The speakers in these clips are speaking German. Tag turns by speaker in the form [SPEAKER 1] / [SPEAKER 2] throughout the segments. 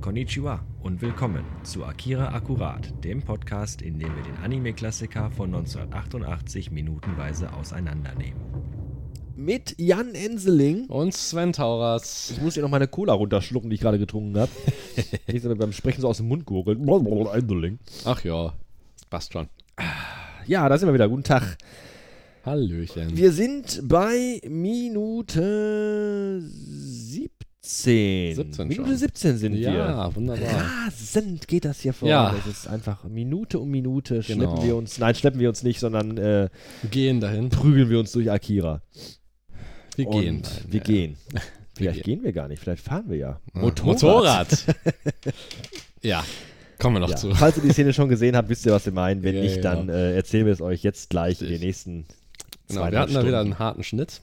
[SPEAKER 1] Konnichiwa und willkommen zu Akira Akkurat, dem Podcast, in dem wir den Anime-Klassiker von 1988 minutenweise auseinandernehmen.
[SPEAKER 2] Mit Jan Enseling.
[SPEAKER 3] Und Sven Tauras.
[SPEAKER 2] Ich muss hier noch meine Cola runterschlucken, die ich gerade getrunken habe. Nicht so beim Sprechen so aus dem Mund gurgeln. Enseling.
[SPEAKER 3] Ach ja, passt schon.
[SPEAKER 2] Ja, da sind wir wieder. Guten Tag.
[SPEAKER 3] Hallöchen.
[SPEAKER 2] Wir sind bei Minute 17.
[SPEAKER 3] 17
[SPEAKER 2] Minute
[SPEAKER 3] schon.
[SPEAKER 2] 17 sind wir.
[SPEAKER 3] ja, wunderbar.
[SPEAKER 2] Rasend geht das hier vor.
[SPEAKER 3] Ja.
[SPEAKER 2] Das ist einfach Minute um Minute schleppen
[SPEAKER 3] Genau.
[SPEAKER 2] wir uns, nein, schleppen wir uns nicht, sondern äh,
[SPEAKER 3] Wir gehen dahin.
[SPEAKER 2] prügeln wir uns durch Akira.
[SPEAKER 3] Wir
[SPEAKER 2] Und
[SPEAKER 3] gehen.
[SPEAKER 2] Wir
[SPEAKER 3] Ja.
[SPEAKER 2] gehen. Vielleicht
[SPEAKER 3] gehen.
[SPEAKER 2] gehen. wir gar nicht, vielleicht fahren wir ja.
[SPEAKER 3] Ja. Motorrad. ja, kommen wir noch
[SPEAKER 2] Ja.
[SPEAKER 3] zu.
[SPEAKER 2] Falls ihr die Szene schon gesehen habt, wisst ihr, was wir meinen. Wenn
[SPEAKER 3] Ja,
[SPEAKER 2] nicht,
[SPEAKER 3] genau.
[SPEAKER 2] dann äh, erzählen wir es euch jetzt gleich in den
[SPEAKER 3] Richtig.
[SPEAKER 2] nächsten
[SPEAKER 3] Genau,
[SPEAKER 2] zwei
[SPEAKER 3] wir hatten da wieder
[SPEAKER 2] Stunden.
[SPEAKER 3] einen harten Schnitt.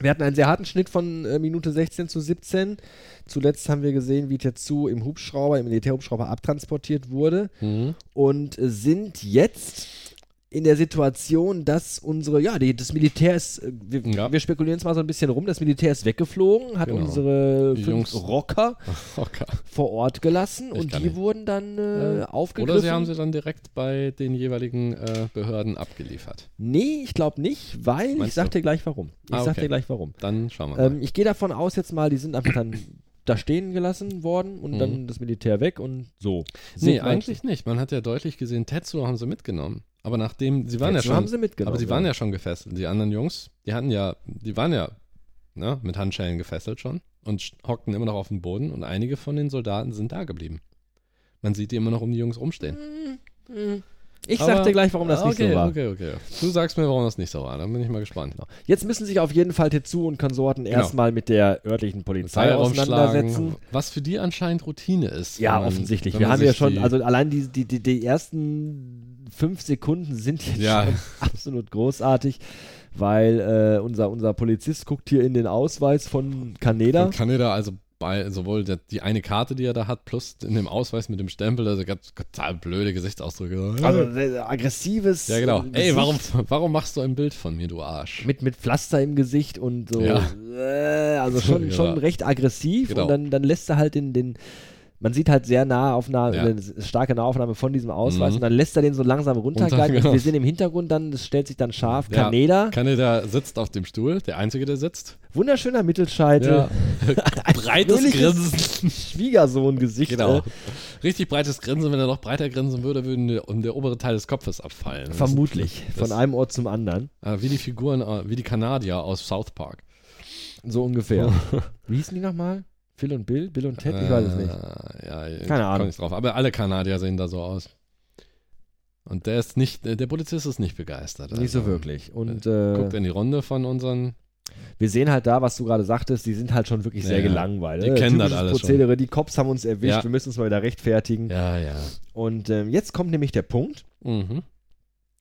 [SPEAKER 2] Wir hatten einen sehr harten Schnitt von äh, Minute 16 zu 17. Zuletzt haben wir gesehen, wie Tetsu im Hubschrauber, im Militärhubschrauber abtransportiert wurde und äh, sind jetzt in der Situation, dass unsere, ja, die, das Militär ist, äh, wir,
[SPEAKER 3] Ja.
[SPEAKER 2] wir spekulieren jetzt mal so ein bisschen rum, das Militär ist weggeflogen, hat
[SPEAKER 3] Genau.
[SPEAKER 2] unsere
[SPEAKER 3] Die
[SPEAKER 2] fünf
[SPEAKER 3] Jungs-
[SPEAKER 2] Rocker
[SPEAKER 3] Okay.
[SPEAKER 2] vor Ort gelassen und
[SPEAKER 3] kann
[SPEAKER 2] die
[SPEAKER 3] nicht.
[SPEAKER 2] wurden dann äh, aufgegriffen.
[SPEAKER 3] Oder sie haben sie dann direkt bei den jeweiligen äh, Behörden abgeliefert.
[SPEAKER 2] nee, ich glaube nicht, weil ich
[SPEAKER 3] Meinst
[SPEAKER 2] sag
[SPEAKER 3] du?
[SPEAKER 2] dir gleich warum. Ich
[SPEAKER 3] Ah,
[SPEAKER 2] sag
[SPEAKER 3] okay.
[SPEAKER 2] dir gleich warum.
[SPEAKER 3] Dann schauen wir mal.
[SPEAKER 2] Ähm, ich gehe davon aus jetzt mal, die sind einfach dann da stehen gelassen worden und dann das Militär weg und so.
[SPEAKER 3] Mhm. nee,
[SPEAKER 2] Sind wir-
[SPEAKER 3] eigentlich nicht. Man hat ja deutlich gesehen, Tetsuo haben sie mitgenommen. Aber nachdem, sie waren
[SPEAKER 2] Tetsuo
[SPEAKER 3] ja schon.
[SPEAKER 2] haben sie mitgenommen,
[SPEAKER 3] aber sie waren
[SPEAKER 2] ja.
[SPEAKER 3] ja schon gefesselt. Die anderen Jungs, die hatten ja, die waren ja ne, mit Handschellen gefesselt schon und sch- hockten immer noch auf dem Boden und einige von den Soldaten sind da geblieben. Man sieht die immer noch um die Jungs rumstehen.
[SPEAKER 2] Mhm, Ich
[SPEAKER 3] Aber-
[SPEAKER 2] sag dir gleich, warum das
[SPEAKER 3] Ah,
[SPEAKER 2] nicht
[SPEAKER 3] okay,
[SPEAKER 2] so war. Genau.
[SPEAKER 3] Okay, okay. Du sagst mir, warum das nicht so war. Dann bin ich mal gespannt.
[SPEAKER 2] Jetzt müssen sich auf jeden Fall Tetsu und Konsorten
[SPEAKER 3] Genau.
[SPEAKER 2] erstmal mit der örtlichen Polizei
[SPEAKER 3] Seil
[SPEAKER 2] auseinandersetzen.
[SPEAKER 3] aufschlagen, Was für die anscheinend Routine ist.
[SPEAKER 2] Ja,
[SPEAKER 3] wenn man-
[SPEAKER 2] offensichtlich.
[SPEAKER 3] wenn
[SPEAKER 2] Wir
[SPEAKER 3] man
[SPEAKER 2] haben ja
[SPEAKER 3] sich
[SPEAKER 2] schon,
[SPEAKER 3] die-
[SPEAKER 2] also allein die, die, die, die ersten fünf Sekunden sind jetzt
[SPEAKER 3] Ja.
[SPEAKER 2] schon absolut großartig, weil äh, unser, unser Polizist guckt hier in den Ausweis von Kaneda.
[SPEAKER 3] Und kann er da also bei sowohl der, die eine Karte, die er da hat, plus in dem Ausweis mit dem Stempel, also ganz total blöde Gesichtsausdrücke.
[SPEAKER 2] also sehr aggressives.
[SPEAKER 3] ja, genau.
[SPEAKER 2] äh,
[SPEAKER 3] Ey,
[SPEAKER 2] Gesicht.
[SPEAKER 3] warum, warum machst du ein Bild von mir, du Arsch?
[SPEAKER 2] mit, mit Pflaster im Gesicht und so.
[SPEAKER 3] Ja.
[SPEAKER 2] Äh, also schon,
[SPEAKER 3] Ja.
[SPEAKER 2] schon recht aggressiv.
[SPEAKER 3] Genau.
[SPEAKER 2] Und dann, dann lässt er halt den, den. Man sieht halt sehr nahe Aufnahme,
[SPEAKER 3] Ja.
[SPEAKER 2] eine starke Nahaufnahme von diesem Ausweis
[SPEAKER 3] Mhm.
[SPEAKER 2] und dann lässt er den so langsam runtergleiten.
[SPEAKER 3] Runter, genau.
[SPEAKER 2] Wir sehen im Hintergrund dann, das stellt sich dann scharf,
[SPEAKER 3] Ja,
[SPEAKER 2] Kaneda.
[SPEAKER 3] Kaneda sitzt auf dem Stuhl, der Einzige, der sitzt.
[SPEAKER 2] Wunderschöner Mittelscheitel.
[SPEAKER 3] Ja. breites
[SPEAKER 2] fröhliches
[SPEAKER 3] Grinsen.
[SPEAKER 2] Schwiegersohn-Gesicht.
[SPEAKER 3] Genau.
[SPEAKER 2] äh,
[SPEAKER 3] Richtig breites Grinsen. Wenn er noch breiter grinsen würde, würden der, um der obere Teil des Kopfes abfallen. Das-
[SPEAKER 2] Vermutlich.
[SPEAKER 3] Das-
[SPEAKER 2] Von einem Ort zum anderen.
[SPEAKER 3] Äh, wie die Figuren, äh, wie die Kanadier aus South Park.
[SPEAKER 2] So ungefähr. Wie hießen die nochmal? Phil und Bill? Bill und Ted? Ich weiß es nicht.
[SPEAKER 3] Oh. Äh, Ja, ich
[SPEAKER 2] Keine Ahnung.
[SPEAKER 3] Komm nicht drauf. Aber alle Kanadier sehen da so aus. Und der ist nicht, äh, der Polizist ist nicht begeistert.
[SPEAKER 2] Nicht
[SPEAKER 3] Also,
[SPEAKER 2] so wirklich. Und
[SPEAKER 3] Guckt
[SPEAKER 2] äh,
[SPEAKER 3] in die Runde von unseren.
[SPEAKER 2] wir sehen halt da, was du gerade sagtest, die sind halt schon wirklich sehr
[SPEAKER 3] Ja, ja.
[SPEAKER 2] gelangweilt.
[SPEAKER 3] Die
[SPEAKER 2] Äh,
[SPEAKER 3] kennen das
[SPEAKER 2] typisches
[SPEAKER 3] alles
[SPEAKER 2] Prozedere, die Cops haben uns erwischt,
[SPEAKER 3] Ja.
[SPEAKER 2] wir müssen uns mal wieder rechtfertigen.
[SPEAKER 3] Ja, ja.
[SPEAKER 2] Und ähm, jetzt kommt nämlich der Punkt.
[SPEAKER 3] Mhm.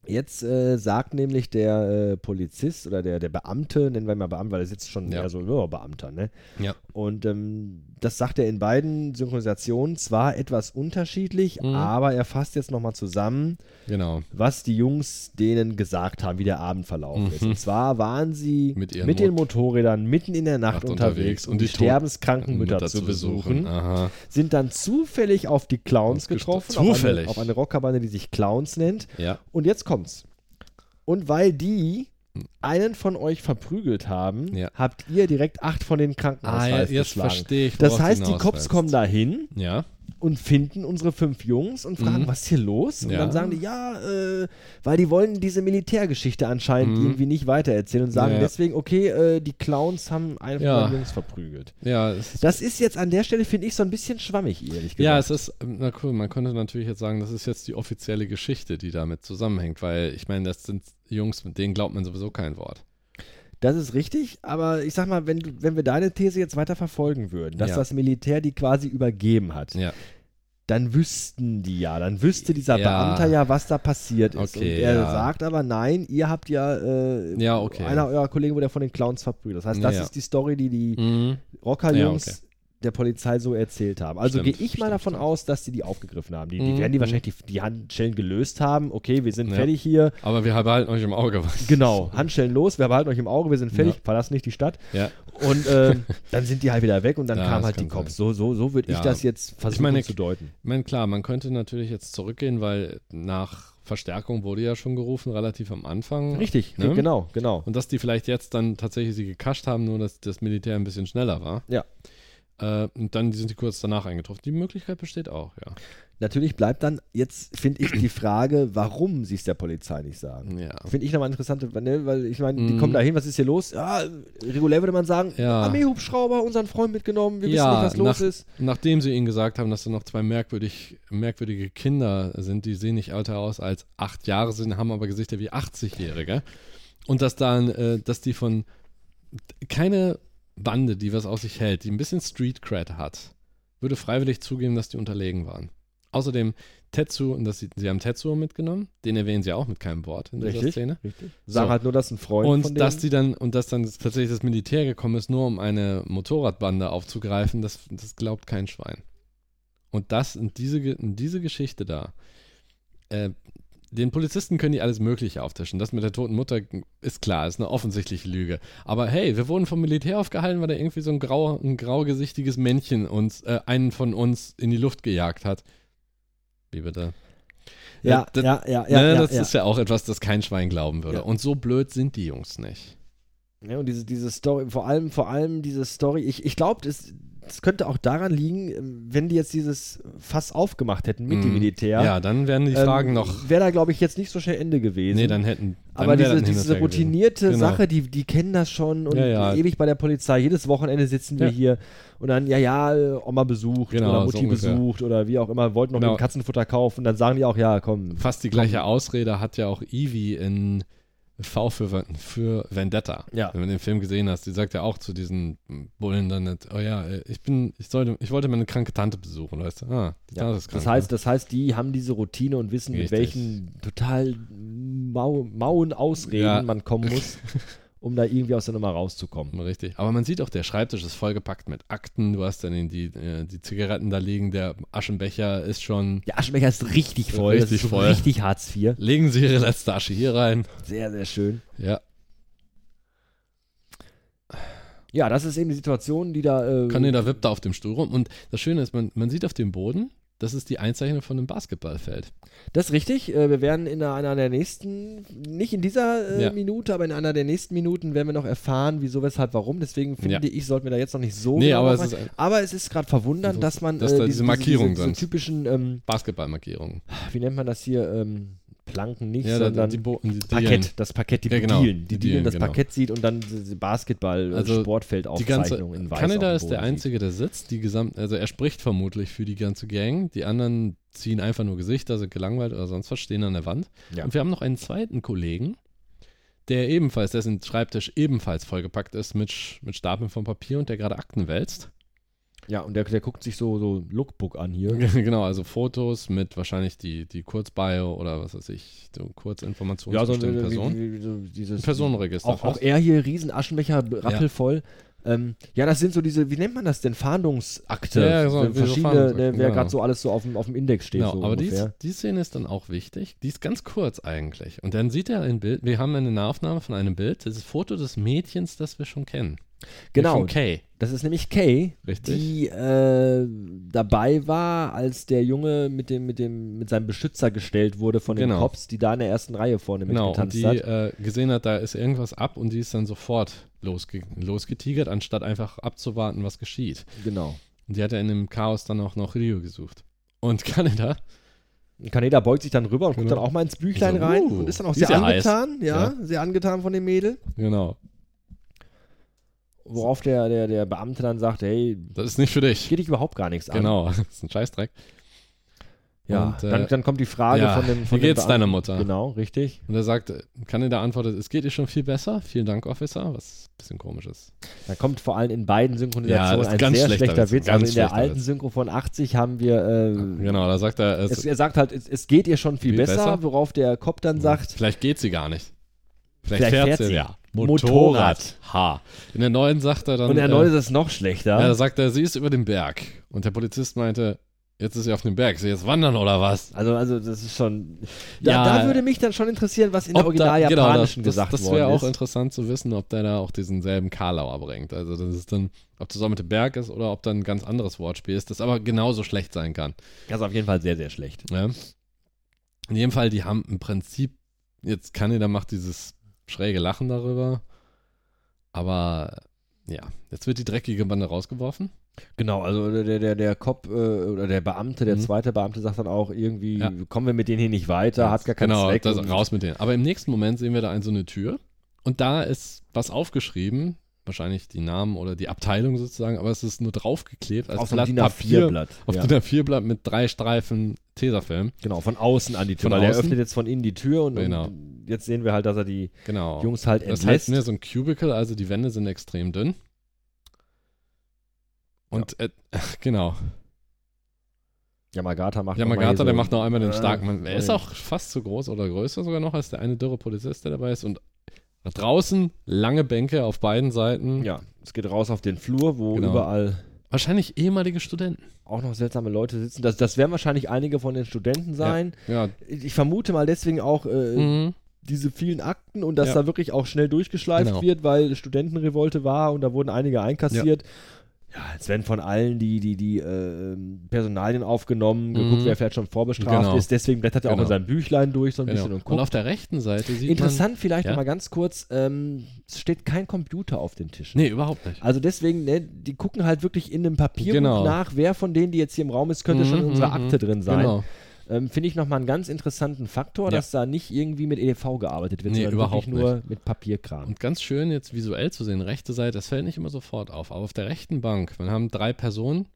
[SPEAKER 2] Jetzt äh, sagt nämlich der äh, Polizist oder der, der Beamte, nennen wir ihn mal Beamte, weil er sitzt schon
[SPEAKER 3] Ja.
[SPEAKER 2] eher so ja, Beamter, ne?
[SPEAKER 3] Ja.
[SPEAKER 2] Und ähm, das sagt er in beiden Synchronisationen zwar etwas unterschiedlich,
[SPEAKER 3] Mhm.
[SPEAKER 2] aber er fasst jetzt nochmal zusammen,
[SPEAKER 3] Genau.
[SPEAKER 2] was die Jungs denen gesagt haben, wie der Abend verlaufen ist.
[SPEAKER 3] Mhm.
[SPEAKER 2] Und zwar waren sie
[SPEAKER 3] Mit ihren
[SPEAKER 2] den Motorrädern mitten in der Nacht,
[SPEAKER 3] Nacht
[SPEAKER 2] unterwegs,
[SPEAKER 3] unterwegs,
[SPEAKER 2] um
[SPEAKER 3] um
[SPEAKER 2] die,
[SPEAKER 3] die Toten-
[SPEAKER 2] sterbenskranken Mütter,
[SPEAKER 3] Mutter
[SPEAKER 2] zu besuchen,
[SPEAKER 3] Aha.
[SPEAKER 2] sind dann zufällig auf die Clowns
[SPEAKER 3] Und gest-
[SPEAKER 2] getroffen,
[SPEAKER 3] Zufällig.
[SPEAKER 2] Auf, eine, auf eine Rockerbande, die sich Clowns nennt.
[SPEAKER 3] Ja.
[SPEAKER 2] Und jetzt kommt's. Und weil die einen von euch verprügelt haben,
[SPEAKER 3] Hm. Ja.
[SPEAKER 2] habt ihr direkt acht von den Kranken
[SPEAKER 3] Ah, ja, jetzt verstehe ich.
[SPEAKER 2] Das
[SPEAKER 3] worauf
[SPEAKER 2] heißt,
[SPEAKER 3] du
[SPEAKER 2] die
[SPEAKER 3] hinaus
[SPEAKER 2] Cops
[SPEAKER 3] willst.
[SPEAKER 2] kommen dahin
[SPEAKER 3] Ja.
[SPEAKER 2] und finden unsere fünf Jungs und fragen, was ist hier los? Und
[SPEAKER 3] Mhm. Ja.
[SPEAKER 2] dann sagen die, ja, äh, weil die wollen diese Militärgeschichte anscheinend irgendwie nicht weitererzählen und sagen
[SPEAKER 3] Mhm. Ja.
[SPEAKER 2] deswegen, okay, äh, die Clowns haben einen
[SPEAKER 3] Ja.
[SPEAKER 2] von den Jungs verprügelt.
[SPEAKER 3] Ja, es ist
[SPEAKER 2] Das ist jetzt an der Stelle, finde ich, so ein bisschen schwammig, ehrlich gesagt.
[SPEAKER 3] Ja, es ist, ähm, na cool, man könnte natürlich jetzt sagen, das ist jetzt die offizielle Geschichte, die damit zusammenhängt, weil ich meine, das sind Jungs, mit denen glaubt man sowieso kein Wort.
[SPEAKER 2] Das ist richtig, aber ich sag mal, wenn, du- wenn wir deine These jetzt weiter verfolgen würden, dass
[SPEAKER 3] Ja.
[SPEAKER 2] das Militär die quasi übergeben hat,
[SPEAKER 3] Ja.
[SPEAKER 2] dann wüssten die ja, dann wüsste dieser
[SPEAKER 3] Ja.
[SPEAKER 2] Beamter ja, was da passiert ist.
[SPEAKER 3] Okay,
[SPEAKER 2] Und er
[SPEAKER 3] ja.
[SPEAKER 2] sagt aber, nein, ihr habt ja, äh,
[SPEAKER 3] Ja, okay.
[SPEAKER 2] einer eurer Kollegen wurde ja von den Clowns verprügelt. Das heißt, das
[SPEAKER 3] Ja.
[SPEAKER 2] ist die Story, die die
[SPEAKER 3] Mhm.
[SPEAKER 2] Rocker-Jungs
[SPEAKER 3] Ja, okay.
[SPEAKER 2] der Polizei so erzählt haben. Also gehe
[SPEAKER 3] Stimmt,
[SPEAKER 2] ich mal
[SPEAKER 3] stimmt,
[SPEAKER 2] davon
[SPEAKER 3] stimmt.
[SPEAKER 2] aus, dass die die aufgegriffen haben. Die,
[SPEAKER 3] Mhm.
[SPEAKER 2] die werden die wahrscheinlich die, die Handschellen gelöst haben. Okay, wir sind
[SPEAKER 3] Ja.
[SPEAKER 2] fertig hier.
[SPEAKER 3] Aber wir behalten euch im Auge. Was
[SPEAKER 2] Genau, Handschellen los, wir behalten euch im Auge, wir sind fertig,
[SPEAKER 3] Ja.
[SPEAKER 2] verlassen nicht die Stadt.
[SPEAKER 3] Ja.
[SPEAKER 2] Und ähm, dann sind die halt wieder weg und dann
[SPEAKER 3] Ja,
[SPEAKER 2] kamen
[SPEAKER 3] das
[SPEAKER 2] halt die
[SPEAKER 3] kann
[SPEAKER 2] Cops. So, so, so würde
[SPEAKER 3] Ja.
[SPEAKER 2] ich das jetzt versuchen
[SPEAKER 3] meine,
[SPEAKER 2] zu deuten.
[SPEAKER 3] Ich meine, klar, man könnte natürlich jetzt zurückgehen, weil nach Verstärkung wurde ja schon gerufen, relativ am Anfang.
[SPEAKER 2] Richtig,
[SPEAKER 3] ne?
[SPEAKER 2] genau, genau.
[SPEAKER 3] Und dass die vielleicht jetzt dann tatsächlich sie gekascht haben, nur dass das Militär ein bisschen schneller war.
[SPEAKER 2] Ja.
[SPEAKER 3] Äh, und dann sind die kurz danach eingetroffen. Die Möglichkeit besteht auch, ja.
[SPEAKER 2] Natürlich bleibt dann jetzt, finde ich, die Frage, warum sie es der Polizei nicht sagen.
[SPEAKER 3] Ja.
[SPEAKER 2] Finde ich nochmal interessante, ne, weil ich meine, die
[SPEAKER 3] Mhm.
[SPEAKER 2] kommen da hin, was ist hier los? Ja, regulär würde man sagen,
[SPEAKER 3] Ja.
[SPEAKER 2] Armeehubschrauber, unseren Freund mitgenommen, wir
[SPEAKER 3] Ja,
[SPEAKER 2] wissen nicht, was los
[SPEAKER 3] nach-
[SPEAKER 2] ist.
[SPEAKER 3] Nachdem sie ihnen gesagt haben, dass da noch zwei merkwürdig, merkwürdige Kinder sind, die sehen nicht älter aus als acht Jahre sind, haben aber Gesichter wie 80-Jährige. Und dass dann, äh, dass die von keine Bande, die was aus sich hält, die ein bisschen Street Cred hat, würde freiwillig zugeben, dass die unterlegen waren. Außerdem Tetsu, und das, sie, sie haben Tetsuo mitgenommen, den erwähnen sie auch mit keinem Wort in dieser
[SPEAKER 2] Richtig.
[SPEAKER 3] Szene.
[SPEAKER 2] Richtig. Sagen
[SPEAKER 3] So.
[SPEAKER 2] halt nur, dass ein Freund von
[SPEAKER 3] Und
[SPEAKER 2] denen.
[SPEAKER 3] dass die dann, und dass dann das- tatsächlich das Militär gekommen ist, nur um eine Motorradbande aufzugreifen, das, das glaubt kein Schwein. Und das, und diese, Ge- und diese Geschichte da, äh, den Polizisten können die alles Mögliche auftischen. Das mit der toten Mutter ist klar, ist eine offensichtliche Lüge. Aber hey, wir wurden vom Militär aufgehalten, weil da irgendwie so ein, grau, ein graugesichtiges Männchen uns, äh, einen von uns in die Luft gejagt hat. Wie bitte?
[SPEAKER 2] ja,
[SPEAKER 3] das-
[SPEAKER 2] ja, ja, ja,
[SPEAKER 3] ne,
[SPEAKER 2] ja,
[SPEAKER 3] das
[SPEAKER 2] ja.
[SPEAKER 3] ist ja auch etwas, das kein Schwein glauben würde.
[SPEAKER 2] Ja.
[SPEAKER 3] Und so blöd sind die Jungs nicht.
[SPEAKER 2] Ja, und diese, diese Story, vor allem, vor allem diese Story, ich, ich glaube, es, es könnte auch daran liegen, ähm, wenn die jetzt dieses Fass aufgemacht hätten mit dem
[SPEAKER 3] Mhm.
[SPEAKER 2] Militär.
[SPEAKER 3] Ja, dann wären die Fragen
[SPEAKER 2] ähm,
[SPEAKER 3] noch.
[SPEAKER 2] Wäre da, glaube ich, jetzt nicht so schnell Ende gewesen.
[SPEAKER 3] Nee, dann hätten. Dann
[SPEAKER 2] Aber
[SPEAKER 3] wär
[SPEAKER 2] diese,
[SPEAKER 3] dann hin und
[SPEAKER 2] diese
[SPEAKER 3] her gewesen.
[SPEAKER 2] routinierte
[SPEAKER 3] Genau.
[SPEAKER 2] Sache, die, die kennen das schon und
[SPEAKER 3] Ja, ja.
[SPEAKER 2] ewig bei der Polizei. Jedes Wochenende sitzen wir
[SPEAKER 3] Ja.
[SPEAKER 2] hier und dann, ja, ja, äh, Oma besucht
[SPEAKER 3] Genau,
[SPEAKER 2] oder
[SPEAKER 3] so
[SPEAKER 2] Mutti
[SPEAKER 3] ungefähr.
[SPEAKER 2] besucht oder wie auch immer, wollten noch
[SPEAKER 3] Genau.
[SPEAKER 2] eben Katzenfutter kaufen. Dann sagen die auch, ja, komm,
[SPEAKER 3] Fast die gleiche Ausrede hat ja auch Evie in V für, Ven- für Vendetta.
[SPEAKER 2] Ja.
[SPEAKER 3] Wenn du den Film gesehen hast, die sagt ja auch zu diesen Bullen dann, nicht, oh ja, äh, ich bin, ich sollte, ich wollte meine kranke Tante besuchen, weißt du? Ah, die
[SPEAKER 2] Ja,
[SPEAKER 3] Tante ist krank.
[SPEAKER 2] das, heißt, das heißt, die haben diese Routine und wissen, mit
[SPEAKER 3] Richtig.
[SPEAKER 2] welchen total mau, mauen Ausreden
[SPEAKER 3] Ja.
[SPEAKER 2] man kommen muss, um da irgendwie aus der Nummer rauszukommen.
[SPEAKER 3] ne? Richtig. Aber man sieht auch, der Schreibtisch ist vollgepackt mit Akten. Du hast dann in die, äh, die Zigaretten da liegen, der Aschenbecher ist schon.
[SPEAKER 2] Der Aschenbecher ist richtig voll. das
[SPEAKER 3] Richtig
[SPEAKER 2] ist so
[SPEAKER 3] voll.
[SPEAKER 2] Richtig Hartz IV.
[SPEAKER 3] Legen Sie Ihre letzte Asche hier rein.
[SPEAKER 2] Sehr, sehr schön.
[SPEAKER 3] Ja.
[SPEAKER 2] Ja, das ist eben die Situation, die da. Äh,
[SPEAKER 3] kann jeder wippt da auf dem Stuhl rum. Und das Schöne ist, man, man sieht auf dem Boden, das ist die Einzeichnung von einem Basketballfeld.
[SPEAKER 2] das ist richtig. Äh, wir werden in einer der nächsten, nicht in dieser äh,
[SPEAKER 3] Ja.
[SPEAKER 2] Minute, aber in einer der nächsten Minuten werden wir noch erfahren, wieso, weshalb, warum. Deswegen finde
[SPEAKER 3] Ja.
[SPEAKER 2] ich, sollten wir da jetzt noch nicht so.
[SPEAKER 3] nee,
[SPEAKER 2] genau
[SPEAKER 3] aber
[SPEAKER 2] drauf
[SPEAKER 3] es ist
[SPEAKER 2] ein-
[SPEAKER 3] eine
[SPEAKER 2] aber es ist gerade verwundern, dass man äh,
[SPEAKER 3] Dass da diese Markierungen
[SPEAKER 2] diese,
[SPEAKER 3] sind.
[SPEAKER 2] diese typischen ähm,
[SPEAKER 3] Basketballmarkierung.
[SPEAKER 2] wie nennt man das hier? Ähm, Planken nicht,
[SPEAKER 3] Ja, da-
[SPEAKER 2] sondern
[SPEAKER 3] die, Bo- die, Dielen.
[SPEAKER 2] Parkett. Das Parkett, die
[SPEAKER 3] Ja, genau,
[SPEAKER 2] Dielen, die
[SPEAKER 3] die
[SPEAKER 2] Dielen
[SPEAKER 3] Dielen,
[SPEAKER 2] das
[SPEAKER 3] genau.
[SPEAKER 2] Parkett sieht und dann diese Basketball,
[SPEAKER 3] Also,
[SPEAKER 2] also
[SPEAKER 3] Die ganze,
[SPEAKER 2] Sportfeldaufzeichnung in weiß.
[SPEAKER 3] Kanada
[SPEAKER 2] auf dem Boden
[SPEAKER 3] ist der
[SPEAKER 2] sieht.
[SPEAKER 3] Einzige, der sitzt. Die gesamten, also er spricht vermutlich für die ganze Gang. Die anderen ziehen einfach nur Gesichter, sind gelangweilt oder sonst was, stehen an der Wand.
[SPEAKER 2] Ja.
[SPEAKER 3] Und wir haben noch einen zweiten Kollegen, der ebenfalls, dessen Schreibtisch ebenfalls vollgepackt ist mit, Sch- mit Stapeln von Papier und der gerade Akten wälzt.
[SPEAKER 2] Ja, und der, der guckt sich so, so Lookbook an hier.
[SPEAKER 3] Genau, also Fotos mit wahrscheinlich die, die Kurzbio oder was weiß ich, so Kurzinformationen
[SPEAKER 2] Ja,
[SPEAKER 3] zu
[SPEAKER 2] so,
[SPEAKER 3] bestimmten
[SPEAKER 2] wie-
[SPEAKER 3] Personen.
[SPEAKER 2] wie- wie- so dieses
[SPEAKER 3] Personenregister.
[SPEAKER 2] Auch, auch
[SPEAKER 3] fast.
[SPEAKER 2] er hier, riesen Aschenbecher, rappelvoll. Ähm, ja, das sind so diese, wie nennt man das denn? Fahndungsakte.
[SPEAKER 3] Ja, ja, so- wie so
[SPEAKER 2] verschiedene,
[SPEAKER 3] Fahndungsakte,
[SPEAKER 2] ne, wer
[SPEAKER 3] genau.
[SPEAKER 2] gerade so alles so auf dem, auf dem Index steht.
[SPEAKER 3] genau,
[SPEAKER 2] so
[SPEAKER 3] aber die,
[SPEAKER 2] ungefähr.
[SPEAKER 3] ist- die Szene ist dann auch wichtig. Die ist ganz kurz eigentlich. Und dann sieht er ein Bild, wir haben eine Nahaufnahme von einem Bild, das ist Foto des Mädchens, das wir schon kennen.
[SPEAKER 2] Genau,
[SPEAKER 3] Von Kay,
[SPEAKER 2] das ist nämlich Kay,
[SPEAKER 3] richtig?
[SPEAKER 2] die äh, dabei war, als der Junge mit dem mit dem mit seinem Beschützer gestellt wurde von den
[SPEAKER 3] Genau.
[SPEAKER 2] Cops, die da in der ersten Reihe vorne
[SPEAKER 3] genau, und
[SPEAKER 2] mitgetanzt
[SPEAKER 3] die
[SPEAKER 2] hat.
[SPEAKER 3] äh, gesehen hat, da ist irgendwas ab und die ist dann sofort losge losgetigert, anstatt einfach abzuwarten, was geschieht.
[SPEAKER 2] Genau.
[SPEAKER 3] Und die hat ja in dem Chaos dann auch noch Rio gesucht. Und Kanada
[SPEAKER 2] Und Kaneda beugt sich dann rüber und guckt
[SPEAKER 3] Genau.
[SPEAKER 2] dann auch mal ins Büchlein
[SPEAKER 3] Also,
[SPEAKER 2] rein
[SPEAKER 3] uh,
[SPEAKER 2] und ist dann auch
[SPEAKER 3] die ist
[SPEAKER 2] sehr
[SPEAKER 3] ja heiß.
[SPEAKER 2] angetan, ja, sehr angetan von dem Mädel.
[SPEAKER 3] Genau.
[SPEAKER 2] Worauf der, der, der Beamte dann sagt, hey,
[SPEAKER 3] Das ist nicht für dich.
[SPEAKER 2] geht dich überhaupt gar nichts an.
[SPEAKER 3] Genau. Das ist ein Scheißdreck.
[SPEAKER 2] Ja,
[SPEAKER 3] Und, äh,
[SPEAKER 2] dann, dann kommt die Frage
[SPEAKER 3] ja,
[SPEAKER 2] von dem von
[SPEAKER 3] wie geht's
[SPEAKER 2] dem Beamten.
[SPEAKER 3] deiner Mutter?
[SPEAKER 2] Genau, richtig.
[SPEAKER 3] Und er sagt, Kanada antwortet, es geht ihr schon viel besser. Vielen Dank, Officer. Was ein bisschen komisch ist.
[SPEAKER 2] Da kommt vor allem in beiden
[SPEAKER 3] Ja,
[SPEAKER 2] Synchronisationen
[SPEAKER 3] das ist
[SPEAKER 2] ein
[SPEAKER 3] ganz
[SPEAKER 2] sehr
[SPEAKER 3] schlechter
[SPEAKER 2] schlechter
[SPEAKER 3] Witz,
[SPEAKER 2] Witz.
[SPEAKER 3] ganz
[SPEAKER 2] also in der
[SPEAKER 3] schlechter
[SPEAKER 2] alten
[SPEAKER 3] Witz.
[SPEAKER 2] Synchro von 80 haben wir äh,
[SPEAKER 3] Genau, da sagt er, es,
[SPEAKER 2] Es, er sagt halt, es, es geht ihr schon viel,
[SPEAKER 3] Viel
[SPEAKER 2] besser,
[SPEAKER 3] besser.
[SPEAKER 2] worauf der Cop dann sagt,
[SPEAKER 3] vielleicht geht sie gar nicht.
[SPEAKER 2] Vielleicht fährt sie.
[SPEAKER 3] Ja. Motorrad. H. In der neuen sagt er dann.
[SPEAKER 2] Und
[SPEAKER 3] äh,
[SPEAKER 2] erneut ist es noch schlechter.
[SPEAKER 3] Ja, da sagt er, sie ist über dem Berg. Und der Polizist meinte, jetzt ist sie auf dem Berg. Sie jetzt wandern oder was?
[SPEAKER 2] also, also, das ist schon.
[SPEAKER 4] Da,
[SPEAKER 3] Ja.
[SPEAKER 4] da würde mich dann schon interessieren, was in der original
[SPEAKER 2] genau,
[SPEAKER 4] japanischen
[SPEAKER 3] genau, das,
[SPEAKER 4] gesagt
[SPEAKER 3] das, das
[SPEAKER 4] worden
[SPEAKER 3] wäre auch
[SPEAKER 4] ist.
[SPEAKER 3] interessant zu wissen, ob der da auch diesen selben Karlauer bringt. Also, das ist dann, ob zusammen mit dem Berg ist oder ob da ein ganz anderes Wortspiel ist, das aber genauso schlecht sein kann.
[SPEAKER 2] Also auf jeden Fall sehr, sehr schlecht.
[SPEAKER 3] Ne? In jedem Fall, die haben im Prinzip, jetzt Kaneda macht dieses schräge Lachen darüber, aber ja, jetzt wird die dreckige Bande rausgeworfen.
[SPEAKER 4] Genau, also
[SPEAKER 2] Der, der, der Cop äh, oder der Beamte, der
[SPEAKER 3] Mhm.
[SPEAKER 2] zweite Beamte sagt dann auch irgendwie,
[SPEAKER 3] Ja.
[SPEAKER 2] kommen wir mit denen hier nicht weiter, hat gar keinen
[SPEAKER 3] genau,
[SPEAKER 2] Zweck.
[SPEAKER 3] das,
[SPEAKER 2] und-
[SPEAKER 3] raus mit denen. Aber im nächsten Moment sehen wir da ein so eine Tür und da ist was aufgeschrieben, wahrscheinlich die Namen oder die Abteilung sozusagen, aber es ist nur draufgeklebt als
[SPEAKER 2] Auf so einem
[SPEAKER 3] Blatt
[SPEAKER 2] DIN
[SPEAKER 3] Papier.
[SPEAKER 2] A4-Blatt.
[SPEAKER 3] Auf
[SPEAKER 2] ja.
[SPEAKER 3] DIN A4-Blatt mit drei Streifen Tesafilm.
[SPEAKER 2] Genau, von außen an die Tür.
[SPEAKER 3] Von
[SPEAKER 2] Weil er
[SPEAKER 3] außen?
[SPEAKER 2] öffnet jetzt von innen die Tür und,
[SPEAKER 3] Genau.
[SPEAKER 2] und jetzt sehen wir halt, dass er die
[SPEAKER 3] Genau.
[SPEAKER 2] Jungs halt
[SPEAKER 3] Das heißt,
[SPEAKER 2] entlässt.
[SPEAKER 3] ne, so ein Cubicle, also die Wände sind extrem dünn. Und äh, genau.
[SPEAKER 2] Yamagata macht nochmal hier
[SPEAKER 3] Yamagata,
[SPEAKER 2] so
[SPEAKER 3] der macht noch einmal den
[SPEAKER 2] Äh,
[SPEAKER 3] starken Mann. Er ist
[SPEAKER 2] äh.
[SPEAKER 3] auch fast so groß oder größer sogar noch als der eine dürre Polizist, der dabei ist. Und draußen lange Bänke auf beiden Seiten.
[SPEAKER 2] Ja, es geht raus auf den Flur, wo
[SPEAKER 3] Genau.
[SPEAKER 2] überall
[SPEAKER 3] Wahrscheinlich ehemalige Studenten.
[SPEAKER 2] auch noch seltsame Leute sitzen. Das, das werden wahrscheinlich einige von den Studenten sein.
[SPEAKER 3] Ja.
[SPEAKER 2] Ich vermute mal deswegen auch äh,
[SPEAKER 3] Mhm.
[SPEAKER 2] diese vielen Akten und dass
[SPEAKER 3] Ja.
[SPEAKER 2] da wirklich auch schnell durchgeschleift
[SPEAKER 3] Genau.
[SPEAKER 2] wird, weil Studentenrevolte war und da wurden einige einkassiert. Ja, es werden von allen die, die, die äh, Personalien aufgenommen, geguckt,
[SPEAKER 3] Mhm.
[SPEAKER 2] wer vielleicht schon vorbestraft
[SPEAKER 3] Genau.
[SPEAKER 2] ist. Deswegen blättert er auch
[SPEAKER 3] Genau.
[SPEAKER 2] in seinem Büchlein durch so ein
[SPEAKER 3] Genau.
[SPEAKER 2] bisschen und
[SPEAKER 3] Und,
[SPEAKER 2] guckt.
[SPEAKER 3] auf der rechten Seite sieht
[SPEAKER 2] Interessant vielleicht
[SPEAKER 3] Ja.
[SPEAKER 2] noch nochmal ganz kurz, ähm, es steht kein Computer auf den Tischen.
[SPEAKER 3] man. Nee, überhaupt nicht.
[SPEAKER 2] Also deswegen, ne, die gucken halt wirklich in einem Papierbuch
[SPEAKER 3] Genau.
[SPEAKER 2] nach, wer von denen, die jetzt hier im Raum ist, könnte schon in
[SPEAKER 3] Mhm,
[SPEAKER 2] unserer
[SPEAKER 3] mhm,
[SPEAKER 2] Akte drin sein.
[SPEAKER 3] Genau.
[SPEAKER 2] Ähm, Finde ich nochmal einen ganz interessanten Faktor,
[SPEAKER 3] Ja.
[SPEAKER 2] dass da nicht irgendwie mit EDV gearbeitet wird,
[SPEAKER 3] Nee,
[SPEAKER 2] sondern
[SPEAKER 3] überhaupt
[SPEAKER 2] wirklich nur mit Papierkram.
[SPEAKER 3] Und ganz schön jetzt visuell zu sehen, rechte Seite, das fällt nicht immer sofort auf, aber auf der rechten Bank, wir haben drei Personen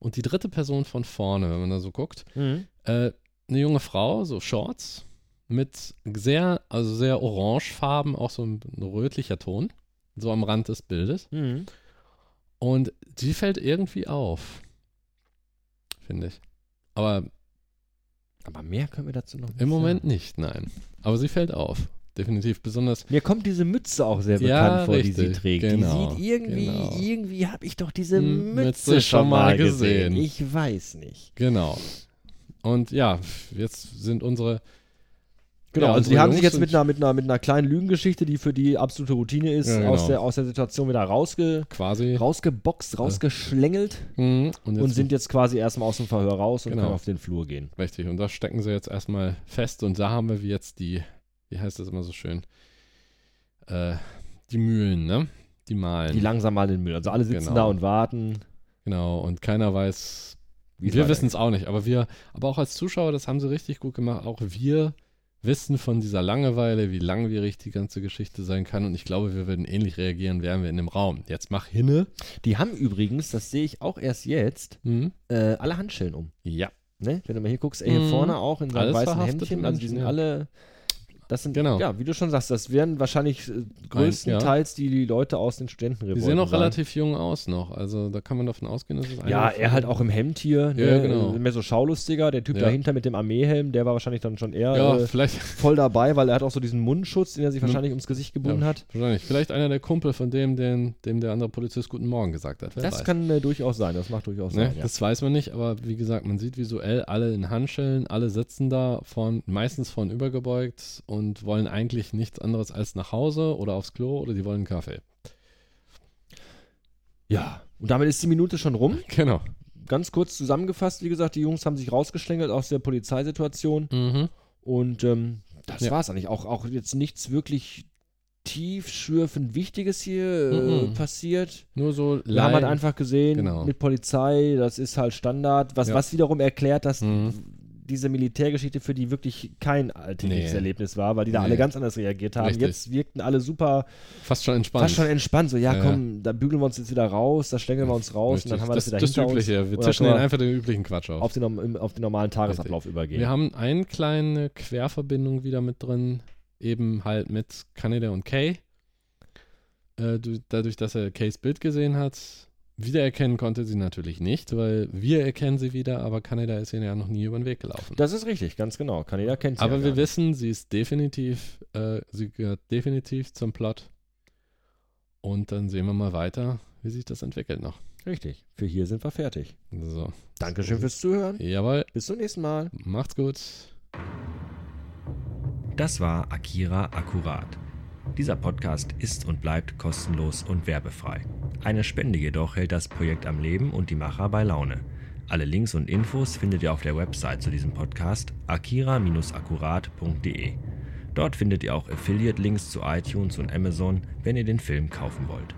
[SPEAKER 3] und die dritte Person von vorne, wenn man da so guckt, äh, eine junge Frau, so Shorts, mit sehr, also sehr orangefarben, auch so ein rötlicher Ton, so am Rand des Bildes.
[SPEAKER 2] Mhm.
[SPEAKER 3] Und die fällt irgendwie auf, finde ich. Aber
[SPEAKER 2] Aber mehr können wir dazu noch nicht
[SPEAKER 3] im Moment
[SPEAKER 2] Sagen.
[SPEAKER 3] nicht, nein. Aber sie fällt auf, definitiv. Besonders
[SPEAKER 2] Mir kommt diese Mütze auch sehr
[SPEAKER 3] Ja,
[SPEAKER 2] bekannt vor, die sie
[SPEAKER 3] richtig,
[SPEAKER 2] trägt.
[SPEAKER 3] genau,
[SPEAKER 2] die sieht irgendwie,
[SPEAKER 3] genau.
[SPEAKER 2] irgendwie habe ich doch diese
[SPEAKER 3] Hm,
[SPEAKER 2] Mütze,
[SPEAKER 3] Mütze
[SPEAKER 2] schon
[SPEAKER 3] schon mal
[SPEAKER 2] mal gesehen.
[SPEAKER 3] gesehen.
[SPEAKER 2] Ich weiß nicht.
[SPEAKER 3] Genau. Und ja, jetzt sind unsere.
[SPEAKER 2] Genau,
[SPEAKER 3] ja,
[SPEAKER 2] also
[SPEAKER 3] unsere
[SPEAKER 2] die haben sich
[SPEAKER 3] Jungs
[SPEAKER 2] jetzt mit
[SPEAKER 3] sind
[SPEAKER 2] einer, mit, einer, mit einer kleinen Lügengeschichte, die für die absolute Routine ist,
[SPEAKER 3] Ja,
[SPEAKER 2] aus,
[SPEAKER 3] genau.
[SPEAKER 2] der, aus der Situation wieder rausge...
[SPEAKER 3] quasi.
[SPEAKER 2] rausgeboxt, rausgeschlängelt
[SPEAKER 3] Mhm, und,
[SPEAKER 2] und sind jetzt quasi erstmal aus dem Verhör raus und
[SPEAKER 3] Genau.
[SPEAKER 2] können auf den Flur gehen.
[SPEAKER 3] Richtig, und da stecken sie jetzt erstmal fest. Und da haben wir wie jetzt die. Wie heißt das immer so schön? Äh, die Mühlen, ne? Die Malen.
[SPEAKER 2] Die langsam mal in den Müll. Also alle sitzen
[SPEAKER 3] Genau.
[SPEAKER 2] da und warten.
[SPEAKER 3] genau, und keiner weiß.
[SPEAKER 2] wie es
[SPEAKER 3] wir
[SPEAKER 2] weitergeht.
[SPEAKER 3] wissen es auch nicht, aber wir, aber auch als Zuschauer, das haben sie richtig gut gemacht. Auch wir wissen von dieser Langeweile, wie langwierig die ganze Geschichte sein kann. Und ich glaube, wir würden ähnlich reagieren, wären wir in dem Raum. Jetzt mach hinne.
[SPEAKER 2] Die haben übrigens, das sehe ich auch erst jetzt,
[SPEAKER 3] Mhm.
[SPEAKER 2] äh, alle Handschellen um.
[SPEAKER 3] Ja,
[SPEAKER 2] Ne? Wenn du mal hier guckst, ey, hier
[SPEAKER 3] Mhm.
[SPEAKER 2] vorne auch in seinem
[SPEAKER 3] Alles
[SPEAKER 2] weißen
[SPEAKER 3] verhaftete
[SPEAKER 2] Hemdchen, also die
[SPEAKER 3] Menschen,
[SPEAKER 2] sind
[SPEAKER 3] ja.
[SPEAKER 2] alle. Das sind,
[SPEAKER 3] Genau.
[SPEAKER 2] ja, wie du schon sagst, das wären wahrscheinlich äh, größtenteils die, die Leute aus den Studentenrevolten.
[SPEAKER 3] Die sehen auch
[SPEAKER 2] sein.
[SPEAKER 3] relativ jung aus noch. Also da kann man davon ausgehen, dass es einer
[SPEAKER 2] Ja,
[SPEAKER 3] davon-
[SPEAKER 2] er halt auch im Hemd hier. Ne?
[SPEAKER 3] Ja, genau.
[SPEAKER 2] Mehr so schaulustiger. Der Typ
[SPEAKER 3] Ja.
[SPEAKER 2] dahinter mit dem Armeehelm, der war wahrscheinlich dann schon eher
[SPEAKER 3] Ja,
[SPEAKER 2] äh,
[SPEAKER 3] vielleicht.
[SPEAKER 2] voll dabei, weil er hat auch so diesen Mundschutz, den er sich wahrscheinlich ums Gesicht gebunden
[SPEAKER 3] Ja,
[SPEAKER 2] hat.
[SPEAKER 3] Wahrscheinlich. Vielleicht einer der Kumpel von dem, den, dem der andere Polizist Guten Morgen gesagt hat. Wer
[SPEAKER 2] Das
[SPEAKER 3] weiß.
[SPEAKER 2] kann äh, durchaus sein, das macht durchaus
[SPEAKER 3] Ne?
[SPEAKER 2] Sinn. Ja.
[SPEAKER 3] Das weiß man nicht, aber wie gesagt, man sieht visuell alle in Handschellen, alle sitzen da, vorn, meistens vorn übergebeugt und wollen eigentlich nichts anderes als nach Hause oder aufs Klo oder die wollen einen Kaffee.
[SPEAKER 2] ja. Und damit ist die Minute schon rum.
[SPEAKER 3] Genau.
[SPEAKER 2] Ganz kurz zusammengefasst, wie gesagt, die Jungs haben sich rausgeschlängelt aus der Polizeisituation
[SPEAKER 3] Mhm.
[SPEAKER 2] und ähm, das
[SPEAKER 3] Ja.
[SPEAKER 2] war's eigentlich. Auch, auch jetzt nichts wirklich tiefschürfend Wichtiges hier äh,
[SPEAKER 3] Mhm.
[SPEAKER 2] passiert.
[SPEAKER 3] Nur so
[SPEAKER 2] Wir haben halt
[SPEAKER 3] Laien-
[SPEAKER 2] einfach gesehen,
[SPEAKER 3] Genau.
[SPEAKER 2] mit Polizei, das ist halt Standard, was,
[SPEAKER 3] Ja.
[SPEAKER 2] was wiederum erklärt, dass
[SPEAKER 3] Mhm.
[SPEAKER 2] diese Militärgeschichte für die wirklich kein alltägliches
[SPEAKER 3] Nee.
[SPEAKER 2] Erlebnis war, weil die da alle
[SPEAKER 3] Nee.
[SPEAKER 2] ganz anders reagiert haben.
[SPEAKER 3] Richtig.
[SPEAKER 2] Jetzt wirkten alle super
[SPEAKER 3] fast schon entspannt.
[SPEAKER 2] Fast schon entspannt, so, ja,
[SPEAKER 3] Ja,
[SPEAKER 2] komm, da bügeln wir uns jetzt wieder raus, da schlängeln wir uns raus und dann haben wir das,
[SPEAKER 3] das,
[SPEAKER 2] wieder
[SPEAKER 3] das
[SPEAKER 2] hinter
[SPEAKER 3] Übliche.
[SPEAKER 2] uns.
[SPEAKER 3] Wir
[SPEAKER 2] Und dann
[SPEAKER 3] tischen
[SPEAKER 2] können
[SPEAKER 3] den einfach den üblichen Quatsch auf.
[SPEAKER 2] auf den, norm- im- auf den normalen Tagesablauf übergehen.
[SPEAKER 3] Wir haben eine kleine Querverbindung wieder mit drin, eben halt mit Kaneda und Kay. Äh, du, dadurch, dass er Kays Bild gesehen hat, wiedererkennen konnte sie natürlich nicht, weil wir erkennen sie wieder, aber Kaneda ist ihnen ja noch nie über den Weg gelaufen.
[SPEAKER 2] das ist richtig, ganz genau. Kann jeder kennt sie
[SPEAKER 3] aber
[SPEAKER 2] ja
[SPEAKER 3] wir
[SPEAKER 2] gar nicht.
[SPEAKER 3] wissen, sie ist definitiv, äh, sie gehört definitiv zum Plot. Und dann sehen wir mal weiter, wie sich das entwickelt noch.
[SPEAKER 5] Richtig. Für hier sind wir fertig.
[SPEAKER 3] So.
[SPEAKER 5] Dankeschön fürs Zuhören.
[SPEAKER 3] Jawohl.
[SPEAKER 5] Bis zum nächsten Mal.
[SPEAKER 3] Macht's gut.
[SPEAKER 2] Das war Akira Akkurat. Dieser Podcast ist und bleibt kostenlos und werbefrei. Eine Spende jedoch hält das Projekt am Leben und die Macher bei Laune. Alle Links und Infos findet ihr auf der Website zu diesem Podcast akira-akkurat.de. Dort findet ihr auch Affiliate-Links zu iTunes und Amazon, wenn ihr den Film kaufen wollt.